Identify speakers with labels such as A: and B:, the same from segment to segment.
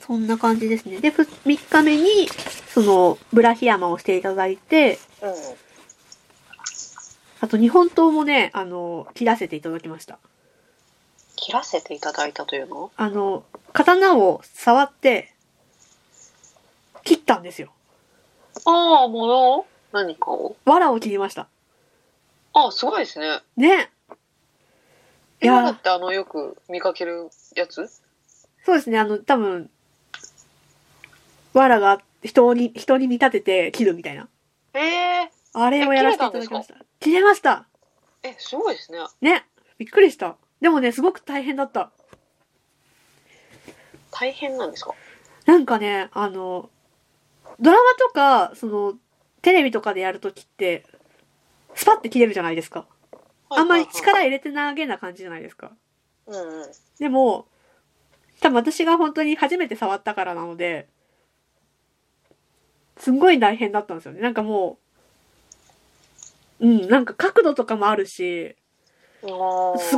A: そんな感じですね。で、ふ3日目に、その、ブラヒ山をしていただいて、
B: うん。
A: あと日本刀もね、あの、切らせていただきました。
B: 切らせていただいたというの
A: あの、刀を触って、切ったんですよ。
B: ああ、模様何かを
A: 藁を切りました。
B: ああ、すごいですね。
A: ね。い
B: 今だ
A: や
B: っ、てあの、よく見かけるやつ
A: そうですね、あの、多分、藁が人に、人に見立てて切るみたいな。
B: ええ
A: あれをやらせていただきました。切れました。
B: え、すごいですね。
A: ね。びっくりした。でもね、すごく大変だった。
B: 大変なんですか
A: なんかね、あの、ドラマとか、その、テレビとかでやるときって、スパッて切れるじゃないですか。あんまり力入れて投げな感じじゃないですか。
B: うんうん。
A: でも、多分私が本当に初めて触ったからなので、すんごい大変だったんですよね。なんかもう、うん、なんか角度とかもあるし、す
B: い。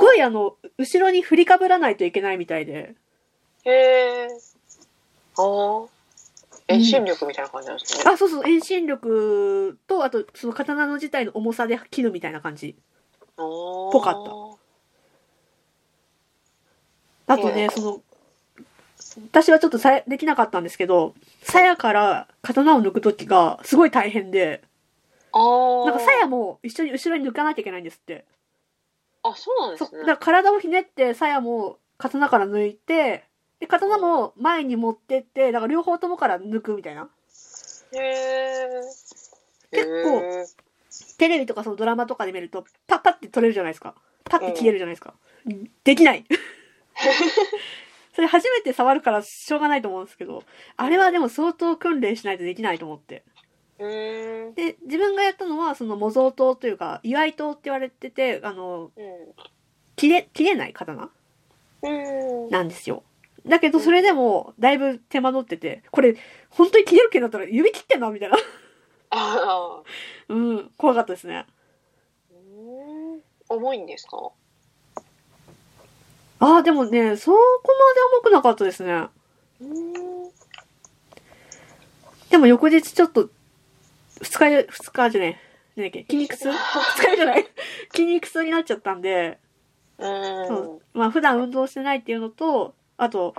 A: ごいあの、後ろに振りかぶらないといけないみたいで。
B: へえ。ああ。
A: うん
B: 遠心力みたいな感じなんですね。
A: あ、そうそう、遠心力と、あと、その刀の自体の重さで切るみたいな感じ。
B: ぽ
A: ぽかったあと
B: え
A: ね
B: え、
A: その、私はちょっとさやできなかったんですけど、鞘から刀を抜くときがすごい大変で、
B: あー
A: なんか鞘も一緒に後ろに抜かなきゃいけないんですって。
B: あ、そうなんで
A: そう
B: す
A: だ
B: ね。
A: から体をひねって、鞘も刀から抜いて、で、刀も前に持ってって、だから両方ともから抜くみたいな。
B: へえ。
A: 結構
B: へー
A: テレビとかそのドラマとかで見ると、パッパッて取れるじゃないですか。パッて消えるじゃないですか。できない。それ初めて触るからしょうがないと思うんですけど、あれはでも相当訓練しないとできないと思って。
B: へー
A: で、自分がやったのは、その模造刀というか、祝い刀って言われてて、あの、切れ、切れない刀
B: うん。うん。
A: なんですよ。だけど、それでも、だいぶ手間取ってて、これ、本当に切れるけんだったら指切ってんなみたいな。
B: あー
A: うん、怖かったですね。
B: うん重いんですか
A: ああ、でもね、そこまで重くなかったですね。
B: うん。
A: でも翌日ちょっと、二日酔い、二日じゃねえ。なんだっけ筋肉 痛二日酔いじゃない筋肉痛になっちゃったんで、
B: うん
A: そ。まあ普段運動してないっていうのと、あと、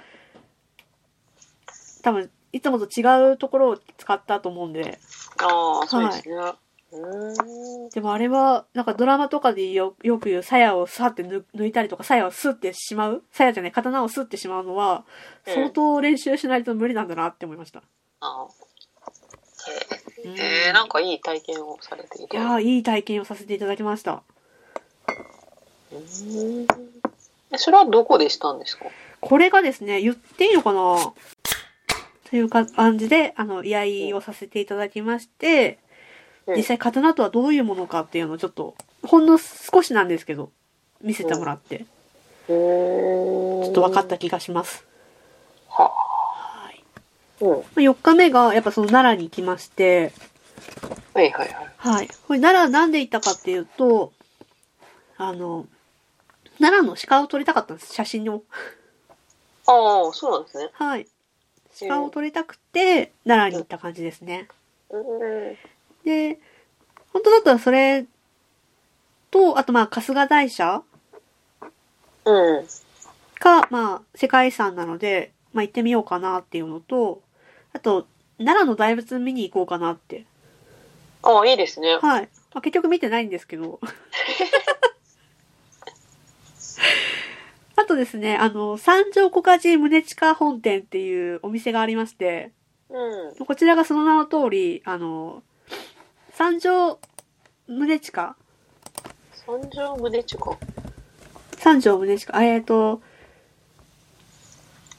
A: 多分、いつもと違うところを使ったと思うんで、
B: ああ、そうですね。うん。
A: でもあれは、なんかドラマとかでよよく言う、鞘をさって抜抜いたりとか、鞘をすってしまう鞘じゃない、刀をすってしまうのは、
B: うん
A: 相当練習しないと無理なんだなって思いました。
B: あ
A: う
B: ー
A: ん
B: へえ、なんかいい体験をされてい
A: い
B: て。
A: やーいい体験をさせていただきました。
B: うんえそれはどこでしたんですか
A: これがですね、言っていいのかなというか感じで、あの、居合をさせていただきまして、
B: うん
A: 実際刀とはどういうものかっていうのをちょっと、ほんの少しなんですけど、見せてもらって、
B: ちょ
A: ちょっと分かった気がします。
B: は
A: はい。
B: あ、うん。は
A: まあ4日目が、やっぱその奈良に行きまして、
B: いはいはい。
A: はい。これ奈良なんで行ったかっていうと、あの、奈良の鹿を撮りたかったんです、写真を。
B: ああ、そうなんですね。
A: はい。鹿を撮りたくて、奈良に行った感じですね。
B: うん。
A: で、本当だったらそれと、あとまあ、春日大社
B: うん。
A: が、まあ、世界遺産なので、まあ行ってみようかなっていうのと、あと、奈良の大仏見に行こうかなって。
B: ああ、いいですね。
A: はい。まあ、結局見てないんですけど。あとですね、あの、三条小梶宗近本店っていうお店がありまして、
B: うん。
A: こちらがその名の通り、あの、三条宗近
B: 三条宗近。
A: 三条宗近、あえっ、と、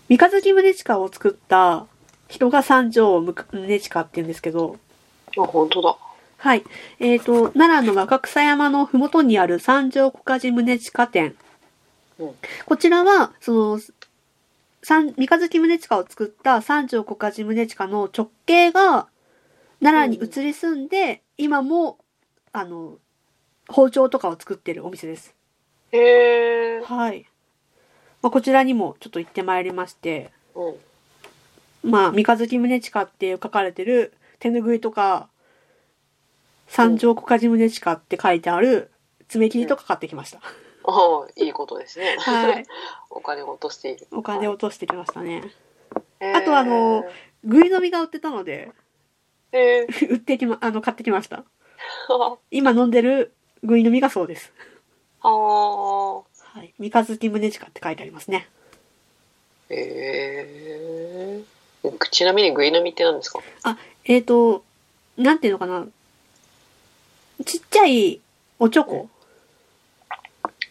A: 三日月宗近を作った人が三条宗近って言うんですけど、
B: あ、本当だ。
A: はい。えっ、と、奈良の若草山のふもとにある三条小梶宗近店。
B: うん
A: こちらは、その、三三日月宗近を作った三条小梶宗近の直系が奈良に移り住んで、今も、あの、包丁とかを作ってるお店です。
B: へえ。
A: はい。まあ、こちらにもちょっと行ってまいりまして、
B: うん。
A: まあ、三日月宗近って書かれてる手ぬぐいとか、三条小梶宗近って書いてある爪切りとか買ってきました。
B: ああ、いいことですね。
A: はい。
B: お金を落としている。
A: お金を落としてきましたね。
B: はい。
A: あとあのぐい飲みが売ってたので、
B: えー、 え
A: 売ってきま、あの、買ってきました。
B: ー、
A: 今飲んでるぐい飲みがそうです。
B: ああ、
A: はい。三日月宗近って書いてありますね。
B: ええー。ちなみにグイ飲みって何ですか
A: えーと、なんていうのかな。ちっちゃいおちょこ。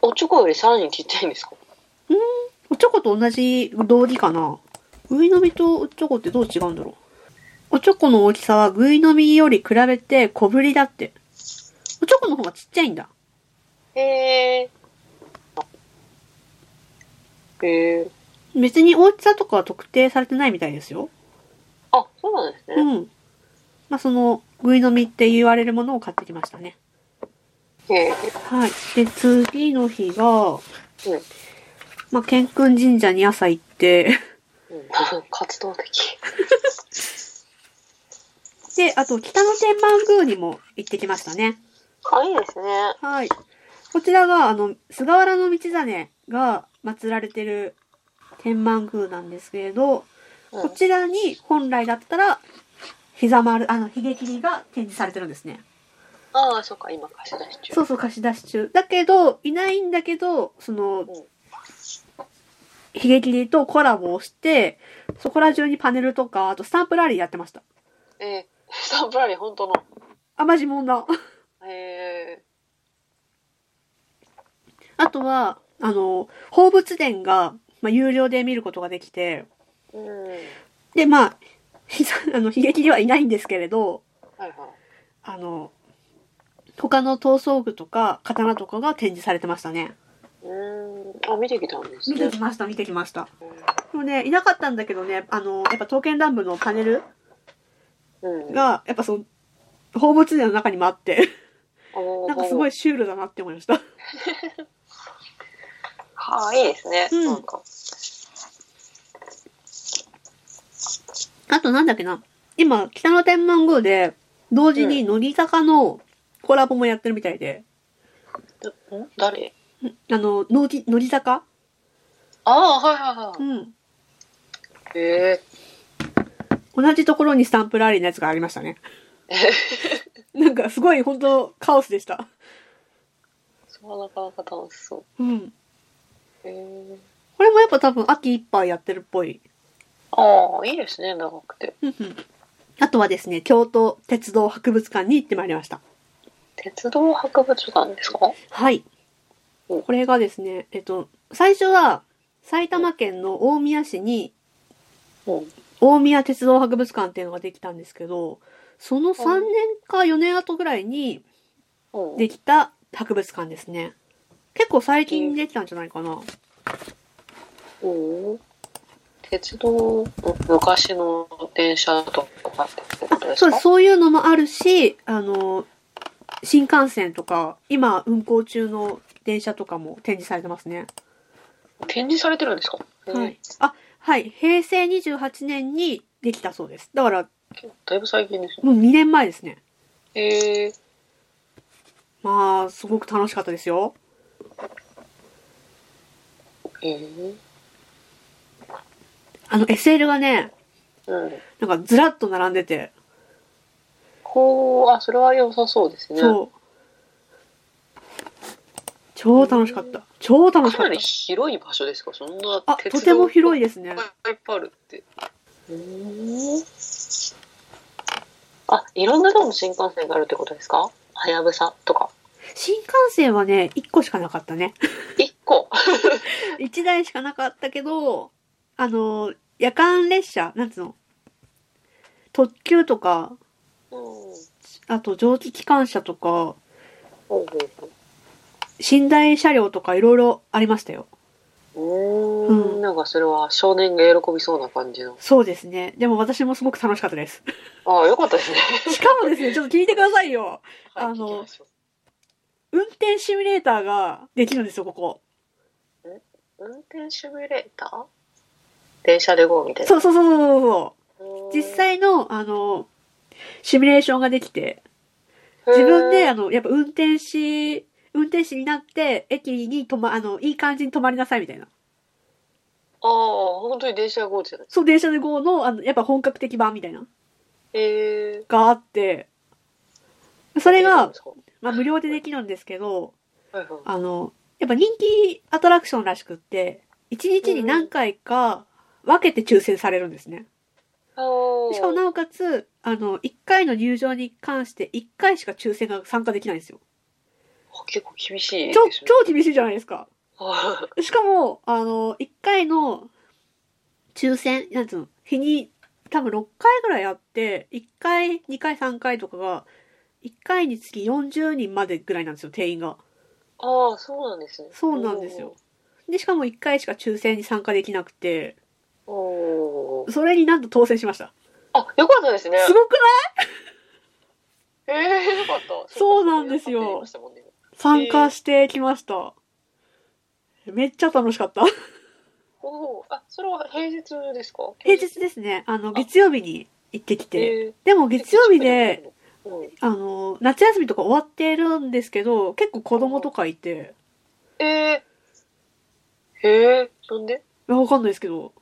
B: おチョコよりさらにちっちゃいんですか
A: おちょこと同じ道理かな。ぐいのみとおちょこってどう違うんだろう。おちょこの大きさはぐいのみより比べて小ぶりだって。おちょこの方がちっちゃいんだ。
B: えー、えー、
A: 別に大きさとかは特定されてないみたいですよ。
B: あ、そうなんです
A: う
B: ね。
A: ん。まあ、その、ぐいのみって言われるものを買ってきましたね。
B: え
A: はい。で、次の日が、
B: ー、うん。
A: まあ、健君神社に朝行って、
B: うん、 活動的。
A: で、あと、北の天満宮にも行ってきましたね。
B: あ、いいですね。
A: はい。こちらが、あの、菅原道真が祀られてる天満宮なんですけれど、
B: う
A: こ
B: ん、
A: ちらに本来だったら、膝丸、あの、ひげ切りが展示されてるんですね。
B: ああ、そうか、今貸し出し中。
A: そうそう、貸し出し中。だけど、いないんだけど、その、ひげ切りとコラボをして、そこら中にパネルとか、あとスタンプラリーやってました。
B: えー、サンプラリー本当の。
A: あ、マジもんだ。
B: え
A: あとは、あの、放物殿が、まあ、有料で見ることができて、
B: ー、うん。はい
A: で、まあ、ひざあの、悲劇ではいないんですけれど、
B: はい。
A: あの、他の闘争具とか、刀とかが展示されてましたね。
B: うーん。あ、見てきたんです
A: 見
B: ね
A: て。きました、見てきました。
B: う
A: でもね、いなかったんだけどね、あの、やっぱ刀剣乱舞のパネル
B: ん。
A: が、やっぱその、放物殿の中にもあ って、
B: おー
A: なんかすごい。シュールだなって思いました。
B: はあ、いいですね。
A: うん
B: なんか。
A: あとなんだっけな、今、北の天満宮で、同時に乃木坂のコラボもやってるみたいで、
B: んん誰
A: あの、乃木、乃木坂
B: ああ、はいはいは
A: うん。
B: い。え
A: 同じところにスタンプラリーのやつがありましたね。なんかすごい本当カオスでした。
B: ー、そうなかなか楽しそう。
A: うん。
B: えー、
A: これもやっぱ多分秋いっぱいやってるっぽい。
B: ああ、いいですね、長くて。
A: うんうんあとはですね、京都鉄道博物館に行ってまいりました。
B: 鉄道博物館ですか
A: はい。
B: お
A: これがですね、えっと、最初は埼玉県の大宮市に
B: うん。
A: 大宮鉄道博物館っていうのができたんですけど、その3年か4年後ぐらいに
B: うん。
A: できた博物館ですね。結構最近できたんじゃないかな。
B: うん鉄道、昔の電車とかってこと
A: あ
B: で
A: そう
B: す
A: で
B: か
A: すそういうのもあるしあの新幹線とか今運行中の電車とかも展示されてますね、
B: 展示されてるんですか、
A: はい、あはい平成28年にできたそうですだから
B: うんだいぶ最近ですね。
A: もう2年前ですね
B: えー、
A: まあすごく楽しかったですよ
B: えー、
A: あの SL がね
B: うん。
A: なんかずらっと並んでて
B: こう、あ、それは良さそうですね。
A: そう超楽しかった超楽し
B: か
A: か
B: な
A: っ
B: り
A: た
B: 広い場所ですかそんな
A: あとても広い
B: い。
A: ですね
B: いっぱいいっぱいあるって。うん。あ、いろんな量の新幹線があるってことですかはやぶさとか。
A: 新幹線はね1個しかなかったね
B: 一個。
A: 一台しかなかったけど、あの、夜間列車、なんつうの特急とか、
B: うん。
A: あと蒸気機関車とか、
B: ほうほうほう
A: 寝台車両とかいろいろありましたよ。
B: うー
A: うん
B: ん、なんかそれは少年が喜びそうな感じの。
A: そうですね。でも私もすごく楽しかったです。
B: ああ、よかった ですね。
A: しかもですね、ちょっと聞いてくださいよ。
B: はい
A: あの
B: 聞きましょ
A: 運転シミュレーターができるんですよ、ここ。
B: う運転シミュレーター電車で GO みたいな。
A: そうそうそうそうそうそう。実際の、あの、シミュレーションができて、
B: へー
A: 自分で、あの、やっぱ運転士、運転士になって、駅に止ま、あの、いい感じに止まりなさいみたいな。
B: ああ、本当に電車が豪じゃない。
A: そう、電車で GO の、あの、やっぱ本格的版みたいな、
B: へえ。
A: があって、それ
B: は
A: が
B: い、
A: まあ、無料でできるんですけど、
B: はい。
A: あの、やっぱ人気アトラクションらしくって、1日に何回か分けて抽選されるんですね。
B: ああ。
A: しかもなおかつ、あの、1回の入場に関して1回しか抽選が参加できないんですよ。
B: 結構厳しいで
A: ちょ、
B: すね。
A: 超厳しいじゃないですか。
B: は
A: しかも、あの、1回の抽選、なんつうの、日に多分6回ぐらいあって、1回、2回、3回とかが、1回につき40人までぐらいなんですよ、定員が。
B: い ああ、そうなんですね。
A: そうなんですよ。で、しかも1回しか抽選に参加できなくて、
B: おー。おー
A: それになんと当選しました。
B: あ、よかったですね。
A: すごくない
B: ええ、よかっ た。
A: そうなんですよ
B: そうかそうかって言いましたもんね
A: 参加してきました。めっちゃ楽しか った。
B: おお、あ、それは平日ですか。
A: 平日ですね。あの、月曜日に行ってきて。
B: えー。
A: でも月曜日で、。
B: うん、
A: あの、夏休みとか終わってるんですけど、結構子供とかいて、
B: えー、えー、なんで
A: いやわかんないですけど、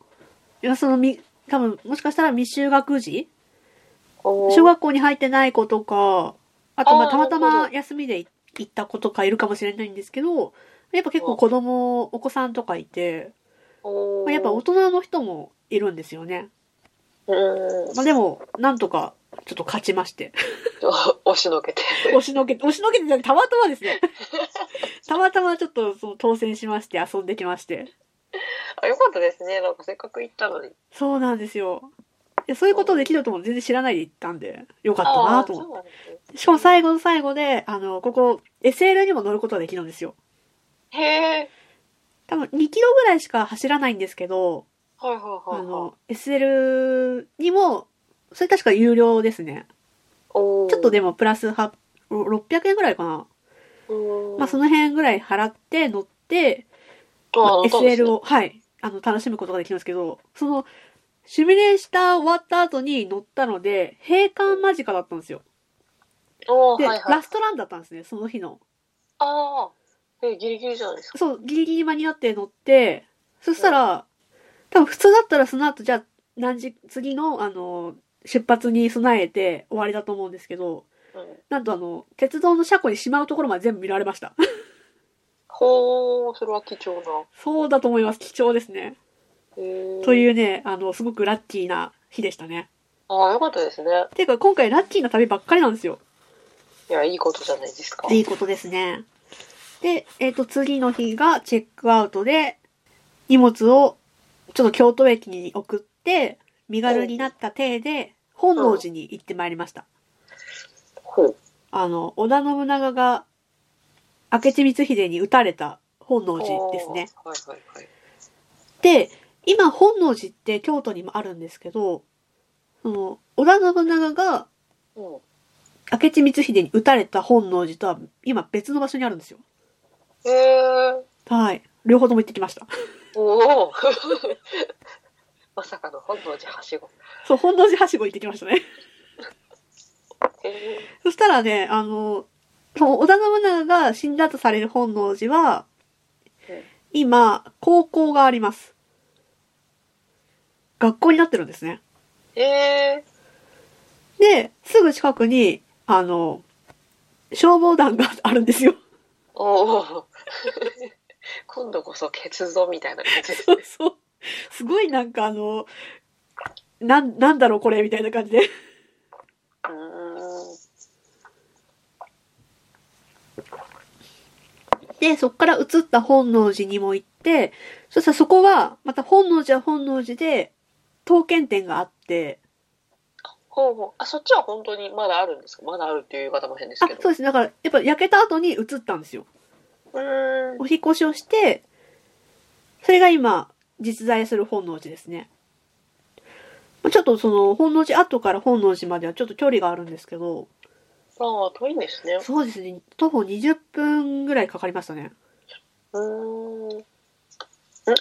A: いや、そのみ、多分、もしかしたら未就学児小
B: 小
A: 学校に入ってない子とか、あと、まあ、
B: あー
A: たまた
B: なる
A: ま
B: ほ
A: 休みで行った子とかいるかもしれないんですけど、やっぱ結構子供、お子さんとかいて、まあやっぱ大人の人もいるんですよね。
B: うん、
A: まあ、でも、なんとか、ちょっと勝ちまして。
B: 押しのけて。
A: 押しのけ、押しのけてじゃなくてたまたまですね。 たまたまちょっとその当選しまして遊んできまして。
B: あ、よかったですね。なんかせっかく行ったのに。
A: そうなんですよ。いやそういうことできるとも全然知らないで行ったんで、よかった
B: あ
A: な
B: あ、
A: と
B: そ
A: 思っ
B: うなんですね。
A: て。しかも最後の最後で、あの、ここ、SL にも乗ることができるんですよ。
B: へえ。
A: 多分2キロぐらいしか走らないんですけど、
B: はいはいは
A: あ
B: いはい。
A: の、SL にも、それ確か有料ですね。
B: お
A: ちょっとで
B: も、
A: もプラス8 600円ぐらいかな。
B: うん
A: まあその辺ぐらい払って乗って、
B: と
A: まあ
B: あの多分
A: SL を、はい、あの、楽しむことができるんですけど、その、シミュレーター終わった後に乗ったので、閉館間近だったんですよ。
B: おー
A: で、
B: はいはい
A: ラストランだったんですね、その日の。
B: ああ。え、ギリギリじゃないですか。
A: そう、ギリギリ間に合って乗って、そしたら、多分普通だったらその後、じゃあ、何時、次の、あの、出発に備えて終わりだと思うんですけど、
B: うん、
A: なんとあの、鉄道の車庫にしまうところまで全部見られました。
B: ほう、それは貴重な。
A: そうだと思います。貴重ですね。
B: へえ。。
A: といううね、あの、すごくラッキーな日でしたね。
B: ああ、よかったですね。
A: ていうか、今回ラッキーな旅ばっかりなんですよ。
B: いや、いいことじゃないですか。
A: いいことですね。で、えっ、と、次の日がチェックアウトで、荷物をちょっと京都駅に送って、身軽になった体で、本能寺に行ってまいりました。
B: ほう。
A: あの、織田信長が、明智光秀に撃たれた本能寺ですね。
B: おー。はいはいはい。
A: で、今本能寺って京都にもあるんですけど、その、織田信長が
B: うん。
A: 明智光秀に撃たれた本能寺とは今別の場所にあるんですよ。
B: へえ。
A: はい。両方とも行ってきました。
B: おお まさかの本能寺はしご。
A: そう、本能寺はしご行ってきましたね。
B: へえ
A: そしたらね、あの、その織田信長が死んだとされる本能寺は
B: うん、
A: 今、高校があります。学校になってるんですね。
B: え
A: で、すぐ近くに、あの、消防団があるんですよ。
B: ー、 おお今度こそ鉄道みたいな感じです
A: そ
B: ね
A: う。そう。すごいなんかあの、なん、なんだろうこれみたいな感じで。
B: うーん。
A: で、そこから移った本能寺にも行って、そしたらそこは、また本能寺は本能寺で、刀剣店があって、
B: ほうほう。あ、そっちは本当にまだあるんですかまだあるっていう言い方も変です
A: あ
B: け、ど。
A: そうです。だから、やっぱ焼けた後に移ったんですよ。
B: うーん。
A: お引越しをして、それが今、実在する本能寺ですね。まあちょっとその、本能寺後から本能寺まではちょっと距離があるんですけど、
B: ああ、遠いんですね。
A: そうですね、徒歩20分ぐらいかかりましたね。
B: うーん。ん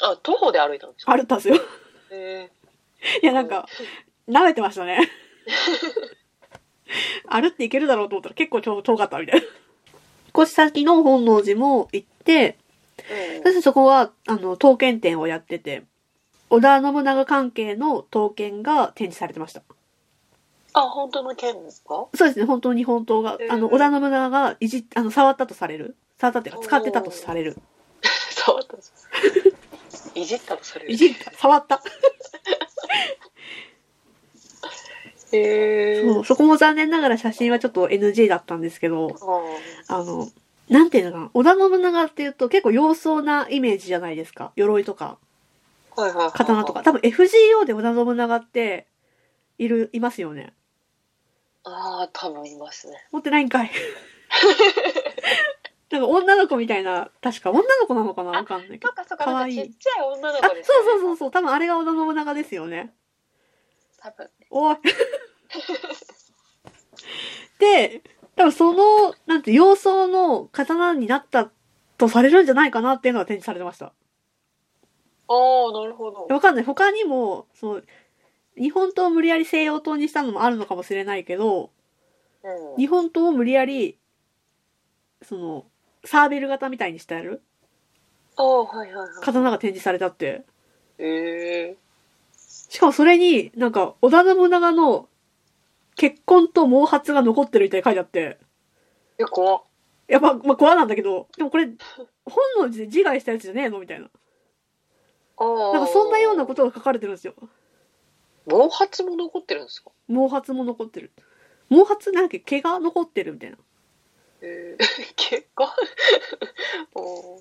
B: あ、徒歩で歩いたんですか
A: 歩ったんですよ。
B: へえ
A: いや、なんか、舐めてました ね。歩っていけるだろうと思ったら結構遠遠かったみたいな。少し先の本能寺も行って、そしてそこは、あの、刀剣展をやってて、織田信長関係の刀剣が展示されてました。
B: あ、本当の剣で すか
A: そうですね、本当に本当が、あの、織田信長がいじ、あの、触ったとされる。触ったっていうか、使ってたとされる。
B: そうだったんです。いじったのそれ。
A: いじった、触った。
B: へえー。
A: そう、そこも残念ながら写真はちょっと NG だったんですけど、
B: あ
A: あの、なんていうのかな、織田信長っていうと結構洋装なイメージじゃないですか。鎧とか、
B: ーはいはいはいはい
A: 刀とか。。多分 FGO で織田信長って、いる、いますよね。
B: ああ、多分いますね。
A: 持ってないん かい。なんか女の子みたいな、確か女の子なのかなわかんないけ
B: そ
A: ど。
B: っかそっ
A: か
B: か、
A: な
B: なんんか
A: かち
B: ちっ
A: っ
B: ちゃい女の
A: あ、
B: 子
A: そう
B: です、ね。。
A: そうそううそう。多分あれが織田信長ですよね。
B: 多分。
A: おい。で、多分その、なんて、様相の刀になったとされるんじゃないかなっていうのが展示されてました。
B: ああ、なるほど。
A: わかんない。他にも、その、日本刀を無理やり西洋刀にしたのもあるのかもしれないけど、
B: うん
A: 日本刀を無理やり、その、サーベル型みたいにしてある
B: ああ、はいはいはい。
A: 刀が展示されたって。
B: へえ
A: しかもそれになんか、織田信長の結婚と毛髪が残ってるみたいに書いてあって、
B: ー。え、怖っ。
A: やっぱ、まあ、怖なんだけど、でもこれ、本能寺で自害したやつじゃねえのみたいな。
B: ああ。
A: なんかそんなようなことが書かれてるんですよ。
B: 毛髪も残ってるんですか
A: 毛髪も残ってる。毛髪なんだっけ毛が残ってるみたいな。
B: えー、結婚おー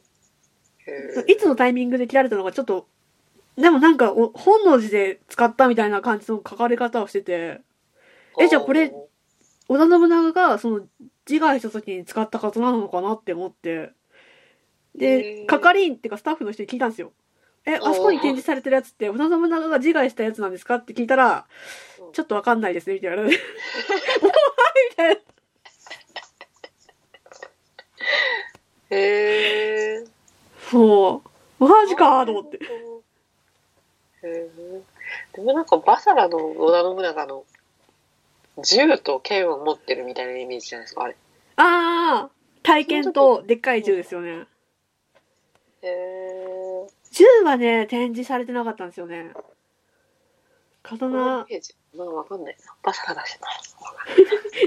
B: え
A: いつのタイミングで切られたのかちょっと、でもなんかお、本能寺で使ったみたいな感じの書かれ方をしてて、えじゃあこれ
B: お
A: 織田信長がその自害した時に使った刀なのかなって思って、
B: へ
A: で、
B: ー
A: 係員っていうかスタッフの人に聞いたんですよ。え、あそこに展示されてるやつって織田信長が自害したやつなんですかって聞いたら
B: う、ん
A: ちょっとわかんないですね、みたい な。お前みたいな。
B: ーへえ
A: そう。マジかーと思って。
B: へーでもなんかバサラの織田信長の銃と剣を持ってるみたいなイメージじゃないですかあれ
A: あー、体験とでっかい銃ですよね。
B: へえ
A: 銃はね、展示されてなかったんですよね。
B: この
A: 刀、
B: イメージまあわかんないなバサラだしな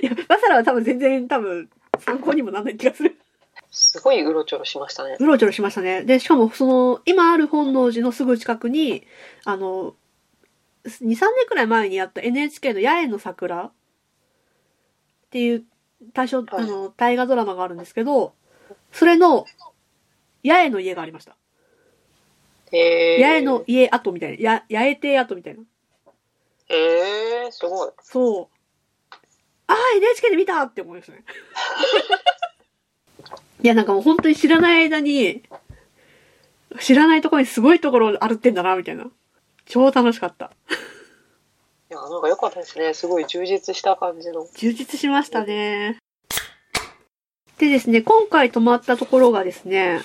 B: い
A: や、バサラは多分全然多分参考にもなんない気がする。
B: すごいうろちょろしましたね
A: うろちょろしましたね。で、しかもその、今ある本能寺のすぐ近くに、あの、2、3年くらい前にやった NHK の八重の桜っていう対象、あの、大河ドラマがあるんですけど、それの、八重の家がありました。
B: へえ
A: 八重の家跡みたいな。や八重邸跡みたいな。
B: へえすごい
A: そう。ああ、NHK で見たって思いましたね。いや、なんかもう本当に知らない間に、知らないところにすごいところ歩ってんだな、みたいな。超楽しかった。
B: いやなんか良かったですねすごい充実した感じの
A: 充実しましたね。でですね、今回泊まったところがですね、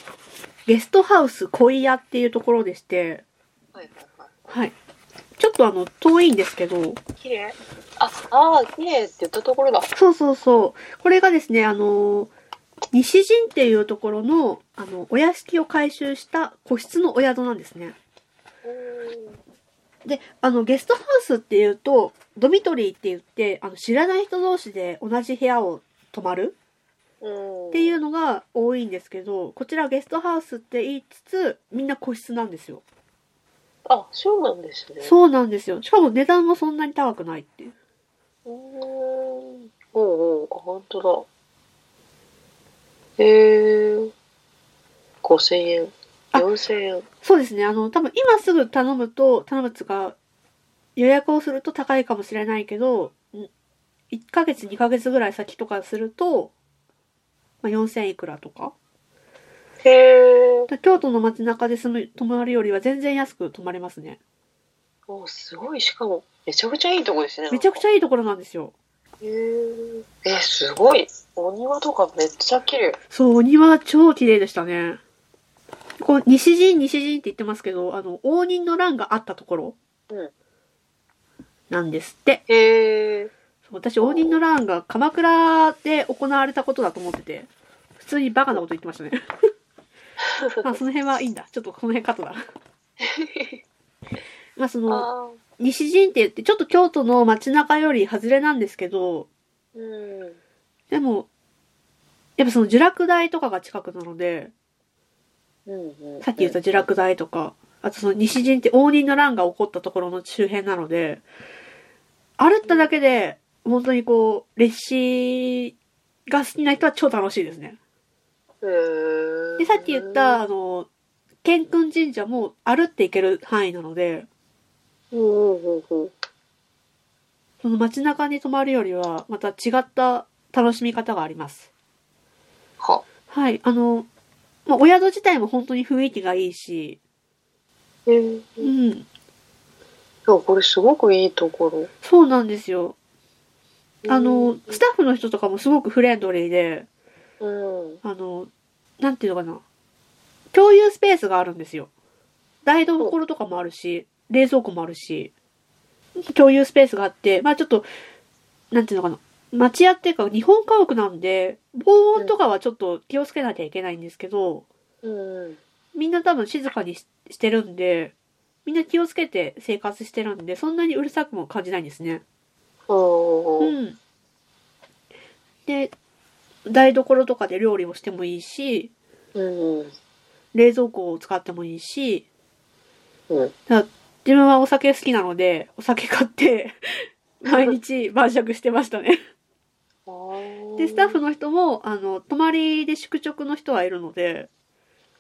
A: ゲストハウス小屋っていうところでして、
B: はいはいはい
A: はい。ちょっとあの、遠いんですけど、
B: 綺麗あ、あー綺麗って言ったところだ。
A: そうそうそう。これがですね、あのー西陣っていうところの、あの、お屋敷を改修した個室のお宿なんですね。で、あの、ゲストハウスっていうと、ドミトリーって言って、あの、知らない人同士で同じ部屋を泊まる
B: うん。。
A: っていううのが多いんですけど、こちらゲストハウスって言いつつ、みんな個室なんですよ。
B: あ、そうなんですね。
A: そうなんですよ。しかも値段もそんなに高くないっていう。
B: うーん。おうおう、あ、本当だ。へえー。5000円。
A: あ
B: 4000円。
A: そうですね。あの、多分今すぐ頼むと、頼むっつうか、予約をすると高いかもしれないけど、ん1ヶ月、2ヶ月ぐらい先とかすると、まあ、4000いくらとか。
B: へえ。
A: で京都の街中で住む、泊まるよりは全然安く泊まれますね。
B: おすごい。しかも、めちゃくちゃいいとこですね。
A: めちゃくち
B: ゃ。
A: ゃいいところなんですよ。
B: へーえ、すごい。お庭とかめっちゃ綺麗。
A: そう、お庭超綺麗でしたね。こう、西陣、西陣って言ってますけど、あの、応仁の乱があったところ
B: うん
A: なんですって。
B: へえ。
A: そう私、オーディンのランが鎌倉で行われたことだと思ってて、普通にバカなこと言ってましたね。まあ、その辺はいいんだ。ちょっとこの辺カットだ。まあ、その、
B: ああ。
A: 西陣って言って、ちょっと京都の街中より外れなんですけど、
B: うん。
A: でも、やっぱその呪落台とかが近くなので、
B: うんうん。
A: さっき言った呪落台とか、あとその西陣って応仁の乱が起こったところの周辺なので、歩っただけで、本当にこう、歴史が好きな人は超楽しいですね。
B: うん。
A: で、さっき言った、あの、健君神社も歩って行ける範囲なので、
B: うんうんうんうん。
A: その街中に泊まるよりは、また違った楽しみ方があります。
B: は。
A: はい、あの、まあ、お宿自体も本当に雰囲気がいいし、
B: えー、
A: う
B: い
A: ん、
B: やこれすごくいいところ。
A: そうなんですよ。あ
B: う
A: の
B: ん、
A: スタッフの人とかもすごくフレンドリーで、
B: うん。
A: あの、なんていうのかな。共有スペースがあるんですよ。台所とかもあるし、冷蔵庫もあるし、共有スペースがあって、まあちょっと、なんていうのかな。町屋っていうか日本家屋なんで、防音とかはちょっと気をつけなきゃいけないんですけど、
B: うん。
A: みんな多分静かにししてるんで、みんな気をつけて生活してるんで、そんなにうるさくも感じないんですね。
B: うん。
A: うん。で、台所とかで料理をしてもいいし、
B: うん。
A: 冷蔵庫を使ってもいいし、
B: うん。
A: だ自分はお酒好きなので、お酒買って、毎日晩酌してましたね。で、スタッフの人も、あの、泊まりで宿直の人はいるので、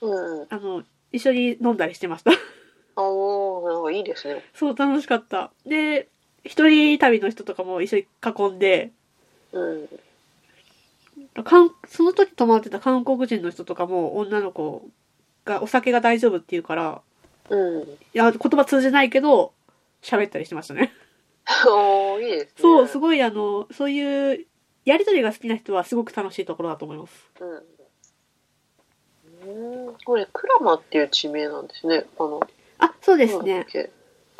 B: うん。
A: あの、一緒に飲んだりしてました。
B: あーなんかいいですね。
A: そう、楽しかった。で、一人旅の人とかも一緒に囲んで、
B: うん。
A: 韓その時泊まってた韓国人の人とかも女の子がお酒が大丈夫って言うから、
B: うん。
A: いや、言葉通じないけど、喋ったりしてましたね。
B: おーいいですね。
A: そう、す
B: ご
A: ごいあの、そういう、やりとりが好きな人はすごく楽しいところだと思います。
B: うん。うんこれ、クラマっていう地名なんですね。あの、
A: あ、そうで
B: です
A: ね。。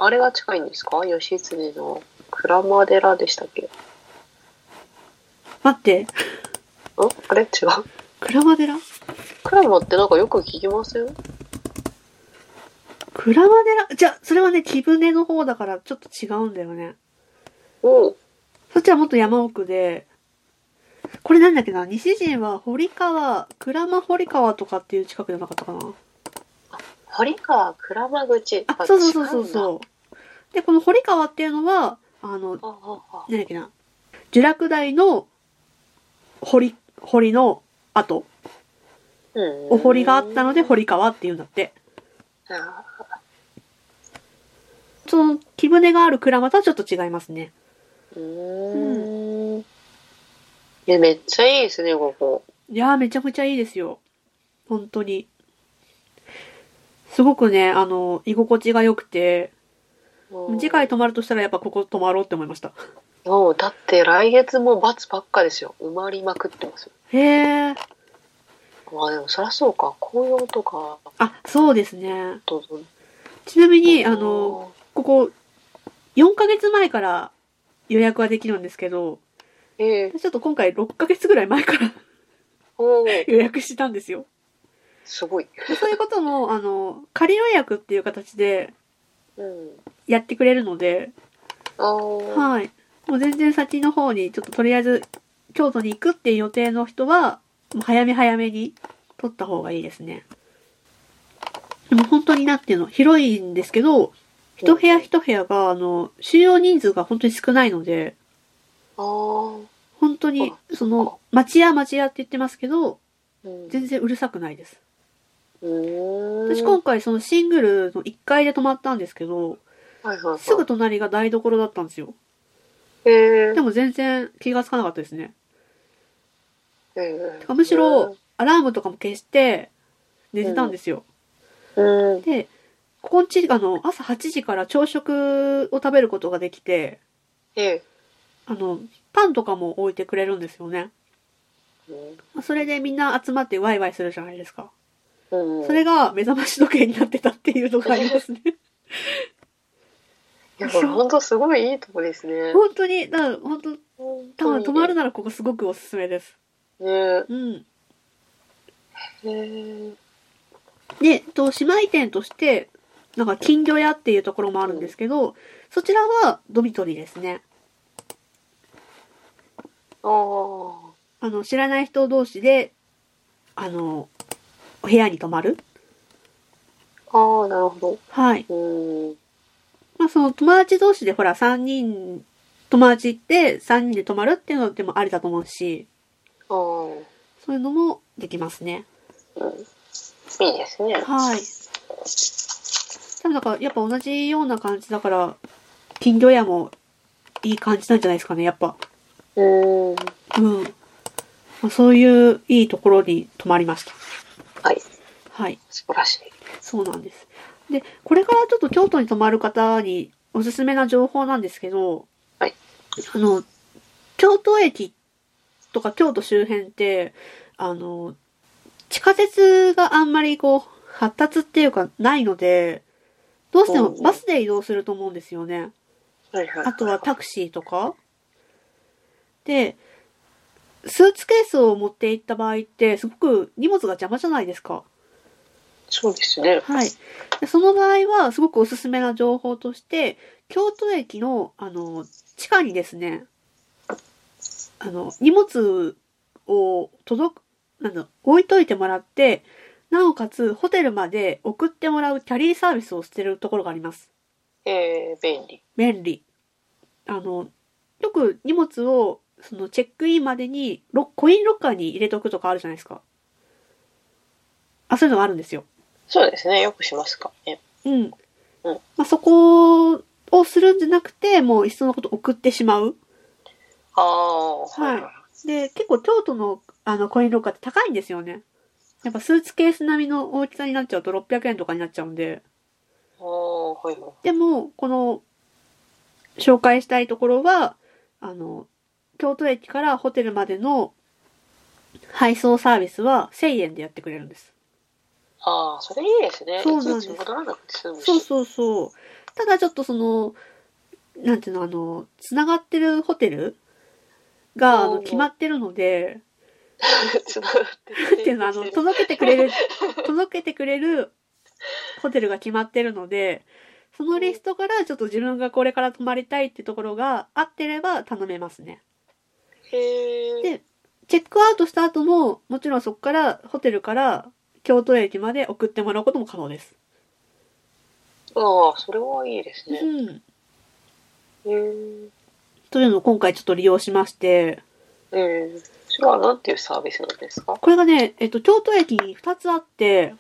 B: あれが近いんですか義経の鞍馬寺でしたっけ
A: 待って、
B: んあれ違う
A: 鞍馬寺
B: 鞍馬ってなんかよく聞きません
A: 鞍馬寺じゃあ、それはね、木舟の方だからちょっと違うんだよね。
B: おう
A: そっちはもっと山奥で、これなんだっけな、西陣は堀川、鞍馬堀川とかっていう近くじゃなかったかな。
B: 堀川鞍馬口。
A: あ、そうそうそうそうそう。で、この堀川っていうのは、あの、
B: う。あああ
A: 何だっけな、呪落台の堀、堀の跡、
B: うん
A: お堀があったので堀川っていうんだって。
B: あ
A: その、木舟がある蔵間とはちょっと違いますね。
B: ーうーん。いや、めっちゃいいですね、ここ。
A: いやー、めちゃくちゃいいですよ。本当に。すごくね、あの、居心地が良くて、
B: うん
A: 次回。泊まるとしたらやっぱここ泊まろうって思いました。
B: もう、だって来月も罰ばっかですよ。埋まりまくってますよ。
A: へー。
B: まあでも、そりゃそうか。紅葉とか、
A: あ、そうですね。
B: と、
A: ちなみに、あの、ここ、4ヶ月前から予約はできるんですけど、
B: ええ
A: ちょっと今回6ヶ月ぐらい前から
B: おー
A: 予約してたんですよ。
B: すごい。
A: でそういうことも、あの、仮予約っていう形で
B: うん。
A: やってくれるので、
B: ああ。
A: はい。もう全然先の方に、ちょっととりあえず、京都に行くっていう予定の人は、もう早め早めに取った方がいいですね。でも本当になんていうの、広いんですけど、一部屋一部屋が、あの、収容人数が本当に少ないので、
B: ああ。
A: 本当に
B: あ
A: そ
B: そっか
A: の町屋町屋って言ってますけど
B: うん。
A: 全然うるさくないです
B: うーん。
A: 私今回そのシングルの1階で泊まったんですけど
B: はいはいはい、
A: すぐ隣が台所だったんですよ
B: ええ
A: でも全然気がつかなかったですね
B: ええ
A: てかむしろ、アラームとかも消して寝てたんですよ
B: うん。うん
A: でここんちあの朝8時から朝食を食べることができて
B: ええ
A: あのパンとかも置いてくれるんですよねそれでみんな集まってワイワイするじゃないですか
B: うん。
A: それが目覚まし時計になってたっていうのがありますね
B: いや、これ本当すごいいいとこです ね。
A: 本当に、だから本当、多分泊まる
B: な。
A: ならここすごくおすすめです。
B: ね
A: うん。
B: え。
A: で、と姉妹店として、なんか金魚屋っていうところもあるんですけど、そちらはドミトリーですね。
B: ああ。
A: あの、知らない人同士で、あの、お部屋に泊まる。
B: ああ、なるほ
A: はい。
B: ど。うん。
A: まあその友達同士でほら3人、友達行って3人で泊まるっていうのでもありだと思うし、
B: ああ。
A: そういうのもできますね。
B: うんいいですね。
A: はい。多分だからやっぱ同じような感じだから、金魚屋もいい感じなんじゃないですかね、やっぱ。
B: うん。は
A: うん。まあ、そういういいところに泊まりました。
B: い。
A: はい。
B: 素晴らしい。
A: そうなんです。で、これからちょっと京都に泊まる方におすすめな情報なんですけど、
B: はい
A: あの、京都駅とか京都周辺って、あの、地下鉄があんまりこう、発達っていうかないので、どうしてもバスで移動すると思うんですよね。
B: はいはい。
A: あとはタクシーとかで、スーツケースを持って行った場合って、すごく荷物が邪魔じゃないですか。
B: そうですね。
A: はい。でその場合は、すごくおすすめな情報として、京都駅の、あの、地下にですね、あの、荷物を届く、なんだ、置いといてもらって、なおかつ、ホテルまで送ってもらうキャリーサービスをしてるところがあります。
B: えー、便利。
A: 便利。あの、よく荷物を、そのチェックインまでにロ、コインロッカーに入れとくとかあるじゃないですか。あ、そういうのがあるんですよ。
B: そうですね。よくしますかね。
A: うん。まあ、そこをするんじゃなくて、もういっそのこと送ってしまう。
B: ああ、
A: はいで、結構京都のあのコインロッカーって高いんですよね。やっぱスーツケース並みの大きさになっちゃうと600円とかになっちゃうんで。
B: ああ、はいはい。
A: でも、この、紹介したいところは、あの、京都駅からホテルまでの配送サービスは1000円でやってくれるんです。
B: ああ、それいいですね。
A: そうなんです
B: いつ戻らなくて済むし。
A: そうそうそう。ただちょっとその、なんていうの、あの、つながってるホテルが、あ
B: お
A: の、
B: ー
A: 決まってるので、
B: つながって
A: っていうのは、あの、届けてくれ る、届けてくれるホテルが決まってるので、そのリストからちょっと自分がこれから泊まりたいってところが合ってれば頼めますね。
B: へえ。
A: でチェックアウトした後も、もちろんそこから、ホテルから京都駅まで送ってもらうことも可能です。
B: ああ、それはいいですね。
A: うん。
B: へえ。
A: というのを今回ちょっと利用しまして、
B: ええ。それはなんていうサービスなんですか
A: これがね、えっと、京都駅に2つあって、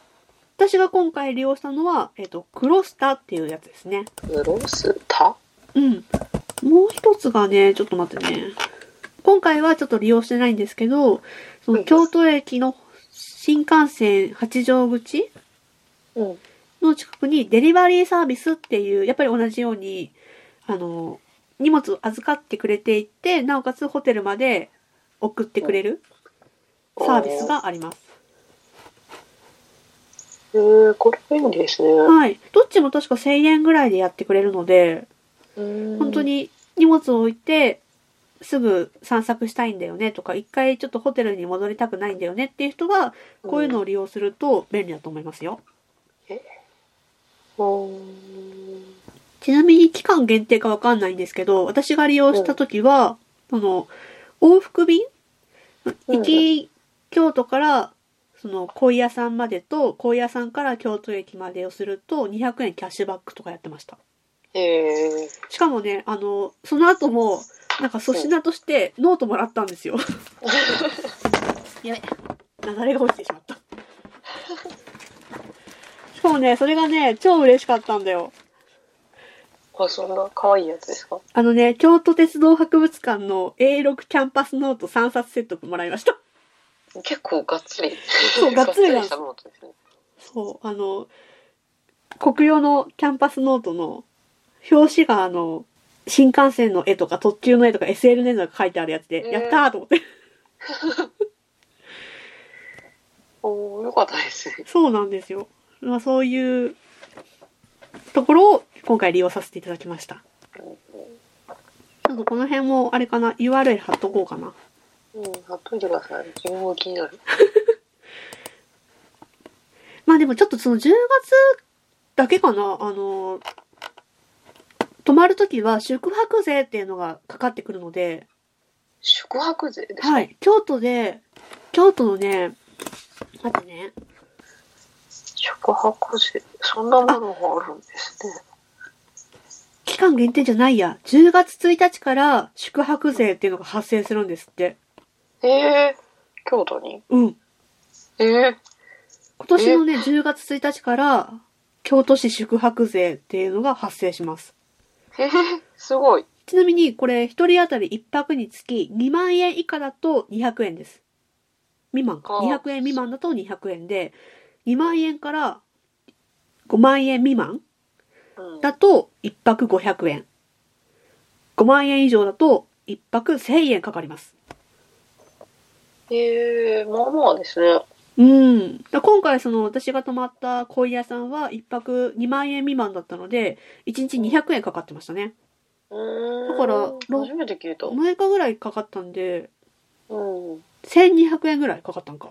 A: 私が今回利用したのは、えっと、クロスタっていうやつですね。
B: ロスタ
A: うん。もう一つがね、ちょっと待ってね。今回はちょっと利用してないんですけど、その京都駅の新幹線八丈口
B: うん。
A: の近くにデリバリーサービスっていう、やっぱり同じように、あの、荷物を預かってくれていて、なおかつホテルまで送ってくれるサービスがあります。
B: へえ、これ便利ですね。
A: はい。どっちも確か1000円ぐらいでやってくれるので、
B: 本
A: 本当。に荷物を置いて、すぐ散策したいんだよねとか、一回ちょっとホテルに戻りたくないんだよねっていう人は、こういうのを利用すると便利だと思いますよ。
B: うん。
A: ちなみに期間限定かわかんないんですけど、私が利用した時は、その、往復便
B: うん
A: 行き、京都から、その、高野山までと、高野山から京都駅までをすると、200円キャッシュバックとかやってました。
B: ええ。
A: しかもね、あの、その後も、なんか粗品としてノートもらったんですよ。やべ、雪崩が落ちてしまった。しかもね、それがね、超嬉しかったんだよ。
B: あ、そんな可愛いやつですか
A: あのね、京都鉄道博物館の A6 キャンパスノート3冊セットもらいました。
B: 結構がっつり。
A: そうがっつりなんです
B: したものですね。
A: そう、あの、国用のキャンパスノートの、表紙があの、新幹線の絵とか特急の絵とか SL の絵とか書いてあるやつで、
B: うん
A: やったーと思って。
B: おー、よかったですね。
A: そうなんですよ。まあそういうところを今回利用させていただきました。ちょっとこの辺もあれかな URL 貼っとこうかな
B: うん、貼っといてください。自分も気になる。
A: まあでもちょっとその10月だけかなあの泊まるときは宿泊税っていうのがかかってくるので
B: 宿泊税ですか
A: はい京都で京都のね待ってね
B: 宿泊税。そんなものがあるんですね。
A: 期間限定じゃないや10月1日から宿泊税っていうのが発生するんですって
B: ええー、京都に
A: うん
B: ええ
A: 今年のね10月1日から京都市宿泊税っていうのが発生します
B: ー、えー、すごい。
A: ちなみにこれ1人当たり1泊につき2万円以下だと200円です未満か
B: ああ
A: 200円未満だと200円で2万円から5万円未満
B: うん、
A: だと1泊500円5万円以上だと1泊1000円かかります
B: ええー、まあまあですね。
A: うん、だから今回その私が泊まった小屋さんは1泊2万円未満だったので1日200円かかってましたね
B: うーん。
A: だからろ
B: 初めて聞いた。
A: 6日ぐらいかかったんで
B: うん。
A: 1200円ぐらいかかったんか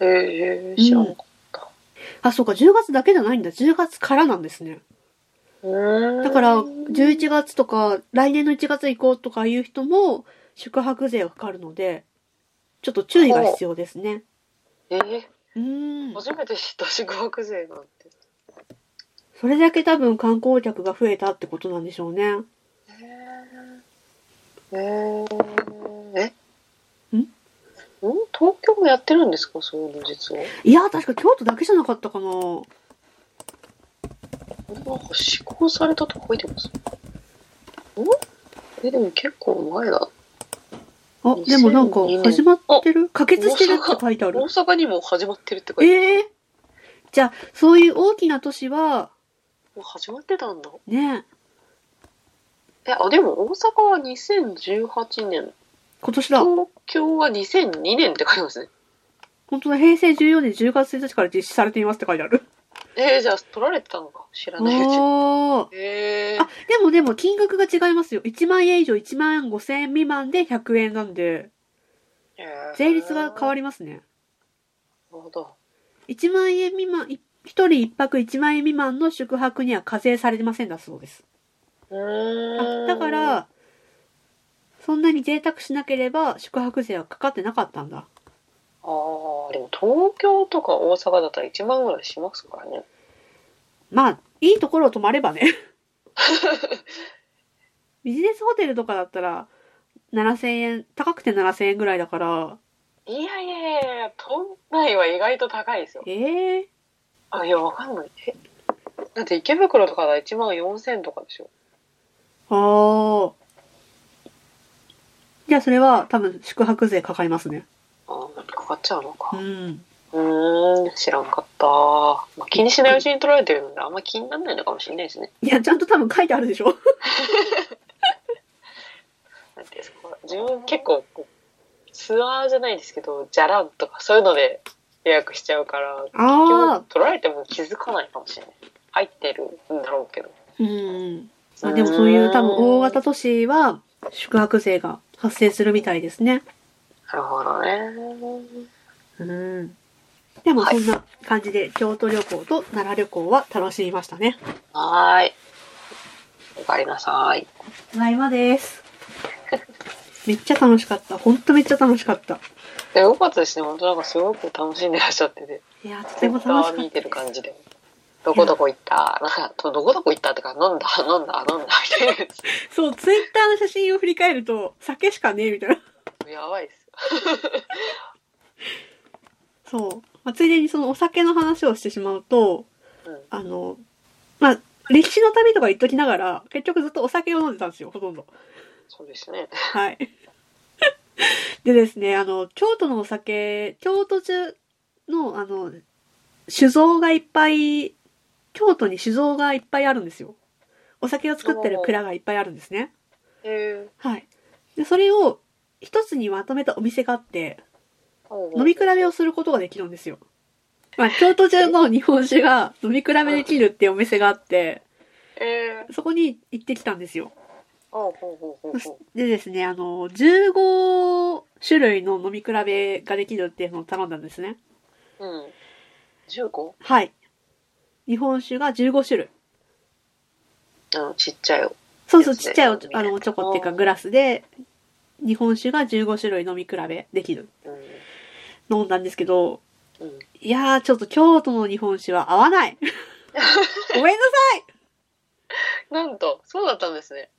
B: ええー、知らんかった。
A: あそうか10月だけじゃないんだ10月からなんですね
B: うーん。
A: だから
B: うん。
A: 11月とか来年の1月行こうとかいう人も宿泊税がかかるのでちょっと注意が必要ですね
B: えー、
A: うん
B: 初めて知った宿泊税なんて。
A: それだけ多分観光客が増えたってことなんでしょうね
B: えー、えー、え
A: ん
B: ん東京もやってるんですかそういうの実は。
A: いや確か京都だけじゃなかったかな
B: なんか施行されたと書いてます。んえ、でも結構前だ。
A: あ、でもなんか
B: 2002年
A: 始まってる可決してるって書いてあ
B: 大
A: る。
B: 阪にも始まってるって書いて
A: ええじゃあ、そういう大きな都市は、
B: もう始まってたんだ。
A: ね、
B: え、あ、でも大阪は2018年、
A: 今年だ。
B: 東京は2002年って書いてますね。
A: 本当だ、平成14年10月1日から実施されていますって書いてある。
B: えー、じゃあ取られてたのか知ら
A: お
B: ないうちに。
A: ー。
B: えー
A: あ、でもでも金額が違いますよ。1万円以上1万5千円未満で100円なんで、
B: えー
A: 税率が変わりますね。
B: なるほど。
A: 1万円未満、い一人一泊1万円未満の宿泊には課税されてませんだそうです。
B: うー
A: あ
B: ん。
A: だか、らそんなに贅沢しなければ宿泊税はかかってなかったんだ
B: ああ、でも東京とか大阪だったら1万ぐらいしますからね。
A: まあいいところを泊まれば ねビジネスホテルとかだったら7000円高くて7000円ぐらいだから
B: いやいやいやいや、都内は意外と高いですよ。
A: ええ
B: あ、いや、わかんない。えだって池袋とかだ1万4000とかでしょ。
A: ああじゃあそれは多分宿泊税かかりますね
B: あーかかっちゃうの
A: う
B: か。
A: ん
B: うーん、知らんかった。まあ、気にしないうちに取られてるので、あんま気にならないのかもしれないですね。
A: いやちゃんと多分書いてあるでしょ
B: なんていうんですか、自分結構こう、ツアーじゃないですけど、じゃらんとかそういうので予約しちゃうから、
A: ああ
B: 取られても気づかないかもしれない。入ってるんだろうけど。
A: うんあでもそういう多分大型都市は宿泊税が発生するみたいですね
B: なるほどね。
A: うん。でも
B: は
A: そ
B: い
A: んな感じで京都旅行と奈良旅行は楽しみましたね。
B: はーい。おかえりなさい。
A: ただいまです。めっちゃ楽しかった。ほんとめっちゃ楽しかった。
B: でよかったですね。本当なんかすごく楽しんでらっしゃってて。
A: いや、と
B: ツ
A: て
B: イ
A: も
B: ッ
A: 楽
B: ター
A: しか
B: 見
A: ってた
B: る
A: です。
B: 感じで。どこどこ行ったなんか、どこどこ行ったとか、飲んだ、飲んだ、飲んだ、 みたいなや
A: そう、ツイッターの写真を振り返ると、酒しかねえみたいな。
B: つ。やばいっす。
A: そう。まあ、ついでにそのお酒の話をしてしまうと、
B: うん
A: あの、まあ、歴史の旅とか言っときながら、結局ずっとお酒を飲んでたんですよ、ほとんど。
B: そうですね。
A: はい。 でですね、あの、京都のお酒、京都中の、あの、酒造がいっぱい、京都に酒造がいっぱいあるんですよ。お酒を作ってる蔵がいっぱいあるんですね。
B: え
A: はい。で、それを一つにまとめたお店があって、
B: ー、
A: 飲み比べをすることができるんですよ。まあ、京都中の日本酒が飲み比べできるっていうお店があって、
B: え
A: そこに行ってきたんですよ。
B: ほうほうほうほうほ
A: でですね、あの、15種類の飲み比べができるっていうのを頼んだんですね。
B: う。うん。15?
A: はい。日本酒が15種類。
B: あの、ちっちゃいよ。
A: そうそう、
B: いい
A: ち
B: ですね
A: っちゃいお
B: 飲み比べ
A: あのおちょこっていうか
B: うん
A: グラスで、日本酒が15種類飲み比べできる。
B: うん。
A: 飲んだんですけど、
B: うん。
A: いやー、ちょっと京都の日本酒は合わ ない。ごめんなさ
B: なんと、そうだったんですね。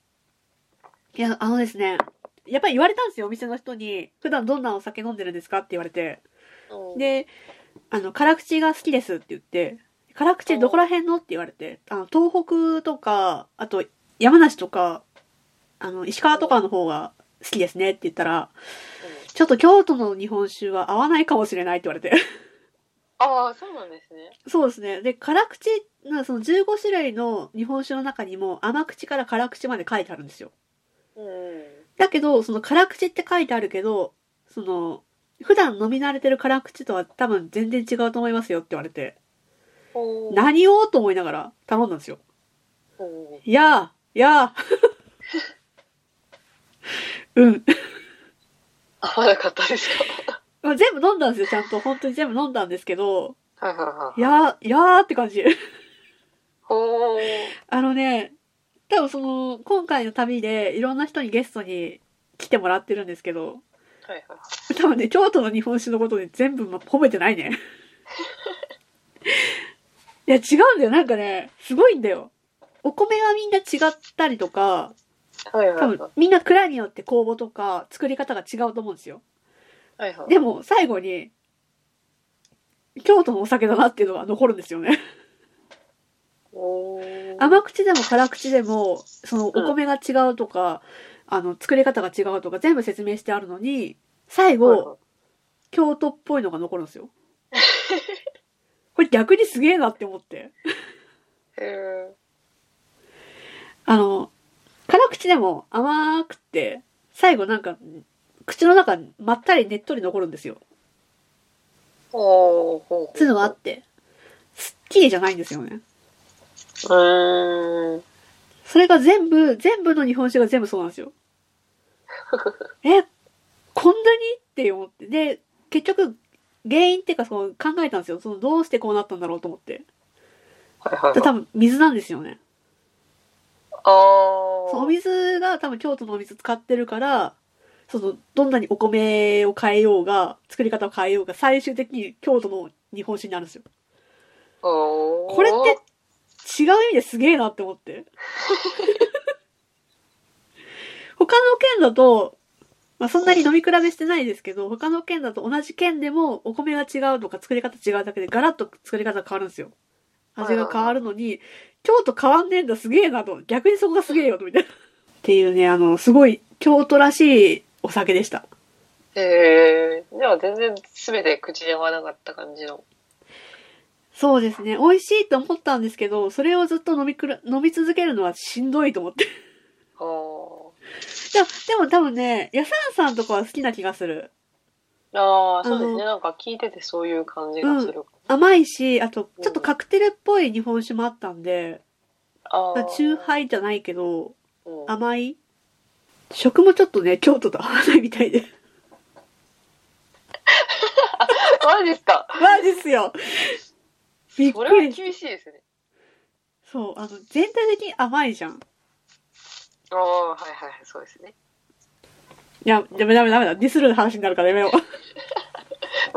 A: い。いや、あのですね、やっぱり言われたんですよ、お店の人に。普段どんなお酒飲んでるんですかって言われて。
B: うん、
A: で、あの、辛口が好きですって言って、辛口どこら辺のって言われて、あの、東北とか、あと山梨とか、あの、石川とかの方が好きですねって言ったら、
B: うん
A: ちょっと京都の日本酒は合わないかもしれないって言われて。
B: ああ、そうなんですね。
A: そうですね。で、辛口、なその15種類の日本酒の中にも甘口から辛口まで書いてあるんですよ。
B: うん。
A: だけど、その辛口って書いてあるけど、その、普段飲み慣れてる辛口とは多分全然違うと思いますよって言われて、
B: ほう。
A: 何をと思いながら頼んだんですよ。
B: うん
A: いやー、いやー。 うん。
B: 合わなかったです
A: まあ全部飲んだんですよ、ちゃんと。本当に全部飲んだんですけど、
B: か。はいはいはい
A: い。やー、いやーって感じ。
B: ほう。
A: あのね、多分その、今回の旅でいろんな人にゲストに来てもらってるんですけど、
B: はいはい。
A: 多分ね、京都の日本酒のことで全部、ま、褒めてないね。いや、違うんだよ。なんかね、すごいんだよ。お米がみんな違ったりとか、
B: はいは
A: 多
B: いは
A: 分みんな蔵によって酵母とか作り方が違うと思うんですよ。
B: い。はいはい。
A: でも最後に、京都のお酒だなっていうのが残るんですよね。
B: お
A: 甘口でも辛口でもそのお米が違うとか、あの作り方が違うとか全部説明してあるのに最後、京都っぽいのが残るんですよこれ逆にすげえなって思って
B: へえ。
A: あの辛口でも甘くて最後なんか口の中にまったりねっとり残るんですよ
B: ほうほう。
A: つうのがあってすっきりじゃないんですよね
B: うーん。
A: それが全部全部の日本酒が全部そうなんですよえこんなにって思ってで結局原因っていうかその考えたんですよそのどうしてこうなったんだろうと思って
B: はいはいはい。
A: 多分水なんですよね
B: あ
A: そのお
B: ー。
A: 水が多分京都のお水使ってるからそのどんなにお米を変えようが作り方を変えようが最終的に京都の日本酒になるんですよ
B: おー
A: これって違う意味ですげえなって思って 他の県だと、まあ、そんなに飲み比べしてないですけど他の県だと同じ県でもお米が違うとか作り方違うだけでガラッと作り方が変わるんですよ味が変わるのに京都変わんねえんだすげえなと逆にそこがすげえよとみたいなっていうねあのすごい京都らしいお酒でした
B: へえ。じゃあ全然全て口で合わなかった感じの。
A: そうですね美味しいと思ったんですけどそれをずっと飲みくら飲み続けるのはしんどいと思って
B: あー。
A: でも、でも多分ね、ヤサンさんとかは好きな気がする。
B: あー、そう
A: あ
B: です
A: の
B: ね。なんか聞いててそういう感じがする。
A: 甘いし、あと、ちょっとカクテルっぽい日本酒もあったんで、
B: あー。
A: 中杯じゃないけど、
B: うん。
A: 甘い。食もちょっとね、京都と合わないみたいで。
B: マジですか
A: マジっすよびっ
B: そ
A: く
B: れは
A: り。
B: 厳しいですね。
A: そう、あの、全体的に甘いじゃん。
B: ああ、はいはいはい、そうですね。
A: いや、ダメダメダメだ。ディスる話になるからやめよう。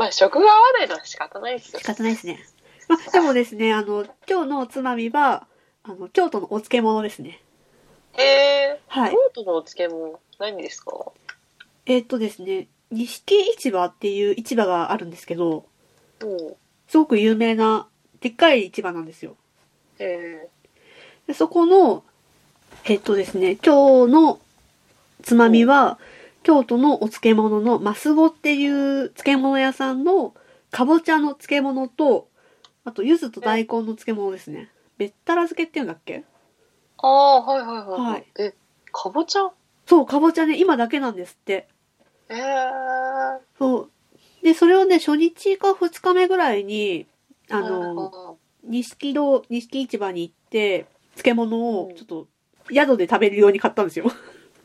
B: まあ、食が合わないのは仕方ないですよ。
A: 方ないですね。まあ、でもですね、あの、今日のおつまみは、あの、京都のお漬物ですね。
B: へえ。
A: はい。
B: 京都のお漬物、何ですか
A: えーっとですね、錦市場っていう市場があるんですけど、
B: うん。
A: すごく有名な、でっかい市場なんですよ。
B: へえ。
A: でそこの、えーっとですね、今日のつまみは、京都のお漬物のマスゴっていう漬物屋さんのかぼちゃの漬物と、あと柚子と大根の漬物ですね。べったら漬けっていうんだっけ
B: ああ、はいはいはい。は
A: はいい、
B: え、かぼちゃ
A: そう、かぼちゃね、今だけなんですって。
B: えー、
A: そう。で、それをね、初日か二日目ぐらいに、あの、
B: あ
A: 錦戸錦市場に行って漬物をちょっと宿で食べるように買ったんですよ。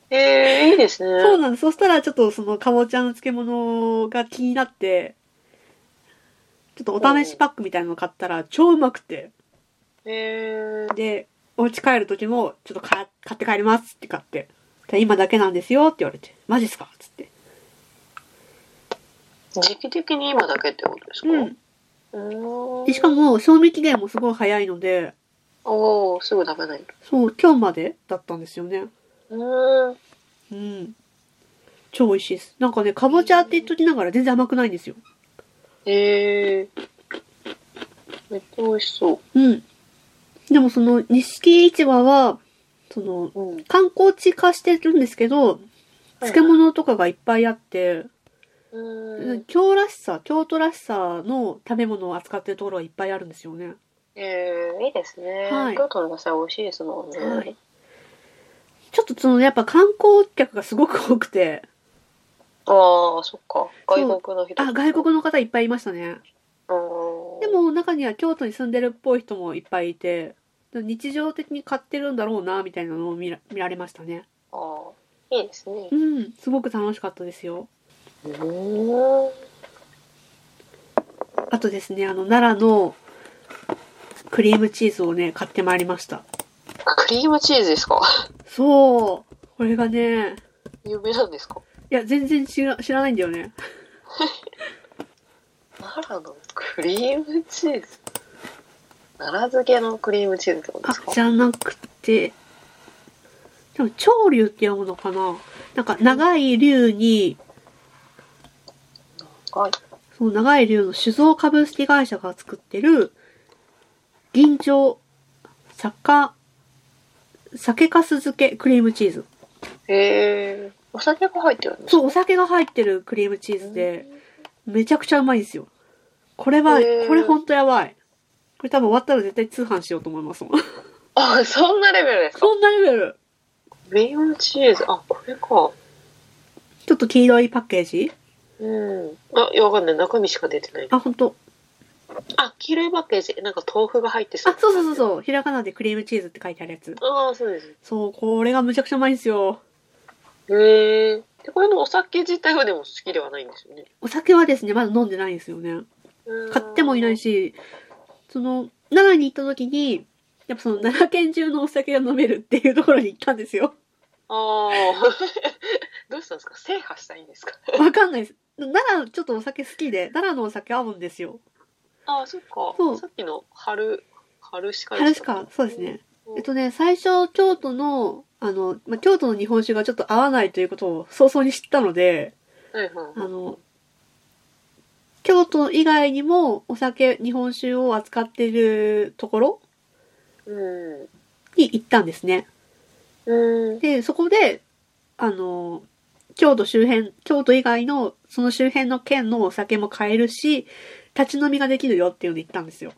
B: えー、いいです ね。
A: そうなんです。そしたらちょっとそのかぼちゃの漬物が気になって、ちょっとお試しパックみたいなの買ったら超うまくて。
B: えー、
A: で、お家帰る時も、ちょっとか買って帰りますって買って。で今だけなんですよって言われて。マジっすかつって。
B: 時期的に今だけってことですか
A: うん。
B: うーん。
A: でしかも、賞味期限もすごい早いので、
B: おおすぐ食べない。
A: そう、今日までだったんですよね。
B: うーん。
A: うん。超美味しいです。なんかね、かぼちゃって言っときながら全然甘くないんですよ。
B: えー。めっちゃ美味しそ
A: うん。でもその、錦市場は、その、
B: う。うん。
A: 観光地化してるんですけど、漬物とかがいっぱいあって、
B: うーん。
A: 京らしさ、京都らしさの食べ物を扱ってるところがいっぱいあるんですよね。
B: えー、いいですね。
A: はい
B: 京都の野菜美味しいですもんね。
A: はいちょっとその、やっぱ観光客がすごく多く て、
B: ああ、そっか。外国の人。
A: あ、外国の方いっぱいいましたね。
B: うん。
A: で、も中には京都に住んでるっぽい人もいっぱいいて、日常的に買ってるんだろうな、みたいなのを見ら見られましたね。
B: ああ、いいですね
A: う。ん、すごく楽しかったですよ。
B: うーん。
A: あとですね、あの、奈良のクリームチーズをね、買ってまいりました。
B: クリームチーズですか
A: そう。これがね、
B: 有名なんですか
A: いや、全然知ら知らないんだよね。
B: 奈良のクリームチーズ奈良漬けのクリームチーズってこと
A: あ
B: ですか、
A: じゃなくて、でも、潮流って読むのかななんか、長い竜に、
B: はい。
A: その長い竜の酒造株式会社が作ってる、銀醸、酒、酒粕漬けクリームチーズ。
B: へえ。お酒が入ってるんですか
A: そう、お酒が入ってるクリームチーズで、めちゃくちゃうまいんですよ。これは、
B: へー
A: これほんとやばい。これ多分終わったら絶対通販しようと思いますもん。
B: あ、そんなレベルですか
A: そんなレベル。
B: クリームチーズ。あ、これか。
A: ちょっと黄色いパッケージ
B: うん。あ、いやわかんない。中身しか出てない。
A: あ、ほんと。
B: あ、黄色いパッケージ。なんか豆腐が入ってそ
A: あ
B: う、。
A: そうそうそうそう。ひらがなでクリームチーズって書いてあるやつ。
B: ああ、そうです。
A: そう、これがむちゃくちゃうまいんですよ。
B: へえ。で、これのお酒自体はでも好きではないんですよね。
A: お酒はですね、まだ飲んでないんですよね。
B: うん
A: 買ってもいない。し、その、奈良に行った時に、やっぱその奈良県中のお酒が飲めるっていうところに行ったんですよ。
B: ああ。 どうしたんですか 制覇したいんですか
A: わかんないです。奈良ちょっとお酒好きで、奈良のお酒合うんですよ。
B: ああ、そっか。
A: そう
B: さっきの春、春しか
A: あれしか、そうです。ね。
B: うん
A: えっとね、最初京都の、あの、まあ、京都の日本酒がちょっと合わないということを早々に知ったので、
B: はいはい。
A: あの、京都以外にもお酒、日本酒を扱っているところ
B: うん。
A: に行ったんですね。
B: うん。
A: で、そこで、あの、京都周辺、京都以外の、その周辺の県のお酒も買えるし、立ち飲みができるよっていうので行ったんですよ。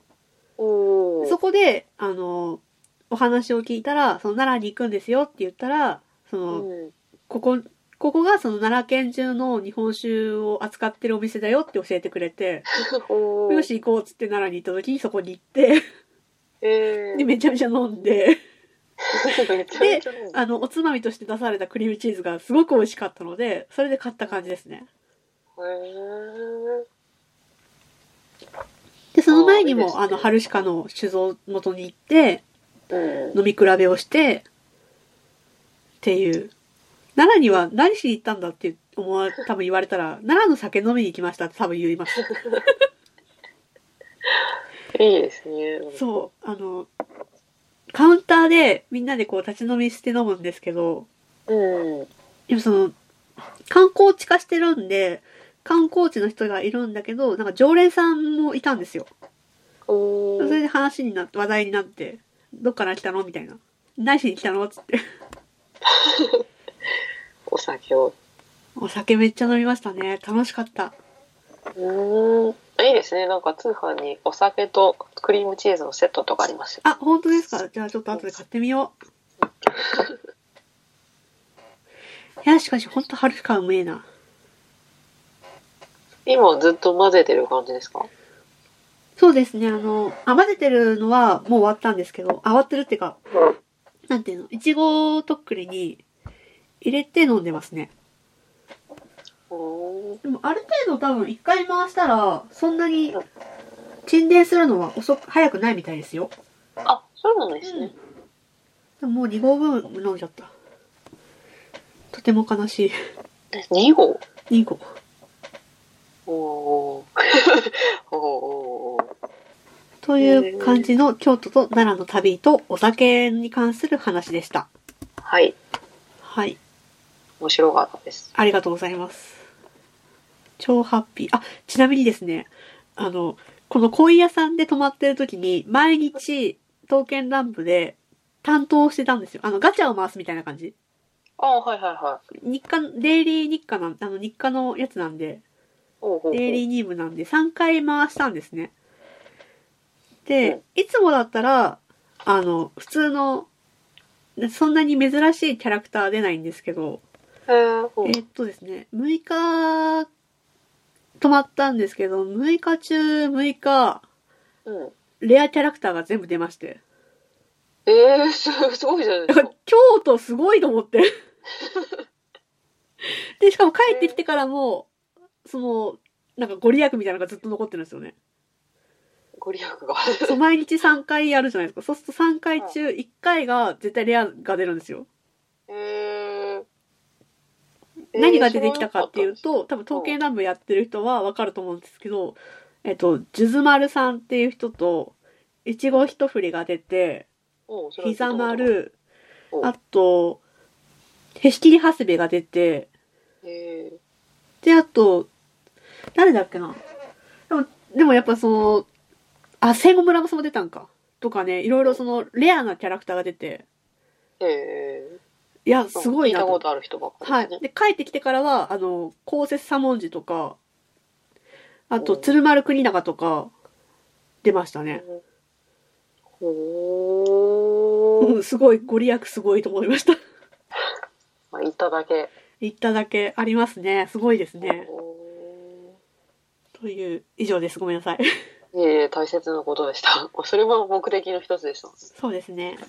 B: おお。
A: そこで、あの、お話を聞いたら、その奈良に行くんですよって言ったら、その、
B: うん。
A: ここ、ここがその奈良県中の日本酒を扱ってるお店だよって教えてくれて、
B: おお。
A: よ。し行こうっつって奈良に行った時にそこに行って、
B: えー、
A: で、めちゃめちゃ飲んで、
B: めちゃめちゃ飲む。
A: あの、おつまみとして出されたクリームチーズがすごく美味しかったので、それで買った感じですね。
B: へー
A: で、その前に
B: あーいいです
A: も、
B: ね
A: あの、春鹿の酒造元に行って、
B: うん。
A: 飲み比べをして、っていう。奈良には何しに行ったんだって思わ、多分言われたら、奈良の酒飲みに行きましたって多分言います。
B: いいですね。
A: そう、あの、カウンターでみんなでこう立ち飲みして飲むんですけど、
B: うん。
A: でもその、観光地化してるんで、観光地の人がいるんだけど、なんか常連さんもいたんですよ。
B: お
A: そ
B: お。
A: れで話になって、話題になって、どっから来たのみたいな。何しに来たのつって。
B: お酒を。
A: お酒めっちゃ飲みましたね。楽しかった。
B: うん。いいですね。なんか通販にお酒とクリームチーズのセットとかありますよ。
A: あ、本当ですかじゃあちょっと後で買ってみよ う。いや、しかし本当春かうめえな。
B: 今ずっと混ぜてる感じですか
A: そうですね、あの、あ、混ぜてるのはもう終わったんですけど、あ、終わってるっていうか、なんていうの、いちごとっくりに入れて飲んでますね。
B: おー
A: でもある程度多分一回回したら、そんなに沈殿するのは遅く、早くないみたいですよ。
B: あ、そうなんですね。
A: でももう2合分飲んじゃった。とても悲しい。
B: 2号
A: 2合。
B: おーおー。
A: という感じの京都と奈良の旅とお酒に関する話でした。
B: はい。
A: はい。
B: 面白かったです。
A: ありがとうございます。超ハッピー。あ、ちなみにですね、あの、この恋屋さんで泊まってる時に、毎日、刀剣乱舞で担当してたんですよ。あの、ガチャを回すみたいな感じ。
B: ああ、はいはいはい。
A: 日課、デイリー日課なん、あの、日課のやつなんで、
B: おうおうおう
A: デイリーニームなんで3回回したんですね。
B: うん
A: で、いつもだったら、あの、普通の、そんなに珍しいキャラクター出ないんですけど、
B: えーうん
A: えーっとですね、6日、泊まったんですけど、6日中6日、
B: うん。
A: レアキャラクターが全部出まして。
B: えー、すすごいじゃない
A: だ
B: です
A: か。
B: から
A: 京都すごいと思 って。で、しかも帰ってきてからも、その、なんかご利益みたいなのがずっと残ってるんですよね。
B: ご利益が。
A: そう、毎日3回やるじゃないですか。そうすると3回中1回が絶対レアが出るんですよ。
B: えーえー
A: 何が出てきたかっていう
B: 知らな
A: と、多分統計南部やってる人はわかると思うんですけど、えっと、ジュズマルさんっていう人と、いちご一振りが出て、
B: かったです、
A: ひざま
B: うん。
A: る、
B: お
A: あと、へしきりはすべが出て、
B: え
A: で、あと、誰だっけな。でも、でもやっぱその、あ、戦後村正も出たんか。とかね、いろいろその、レアなキャラクターが出て、
B: ー、え
A: いや、
B: ー、
A: すごい
B: 聞
A: ないと思
B: たこ
A: って。
B: とある人ばっか
A: は
B: り
A: い
B: で。すね。
A: で、帰ってきてからは、あの、公設左文字とか、あ
B: お
A: と、
B: う
A: 鶴丸国長とか、出ましたね。
B: うんほー
A: うん、すごい、ご利益すごいと思いま した。
B: まあ、いただけ。
A: 行っただけありますね。すごいですね。
B: ほ
A: という、以上です。ごめんなさい。
B: ーいえいえ、大切なことでした。それも目的の一つでした。
A: そうですね。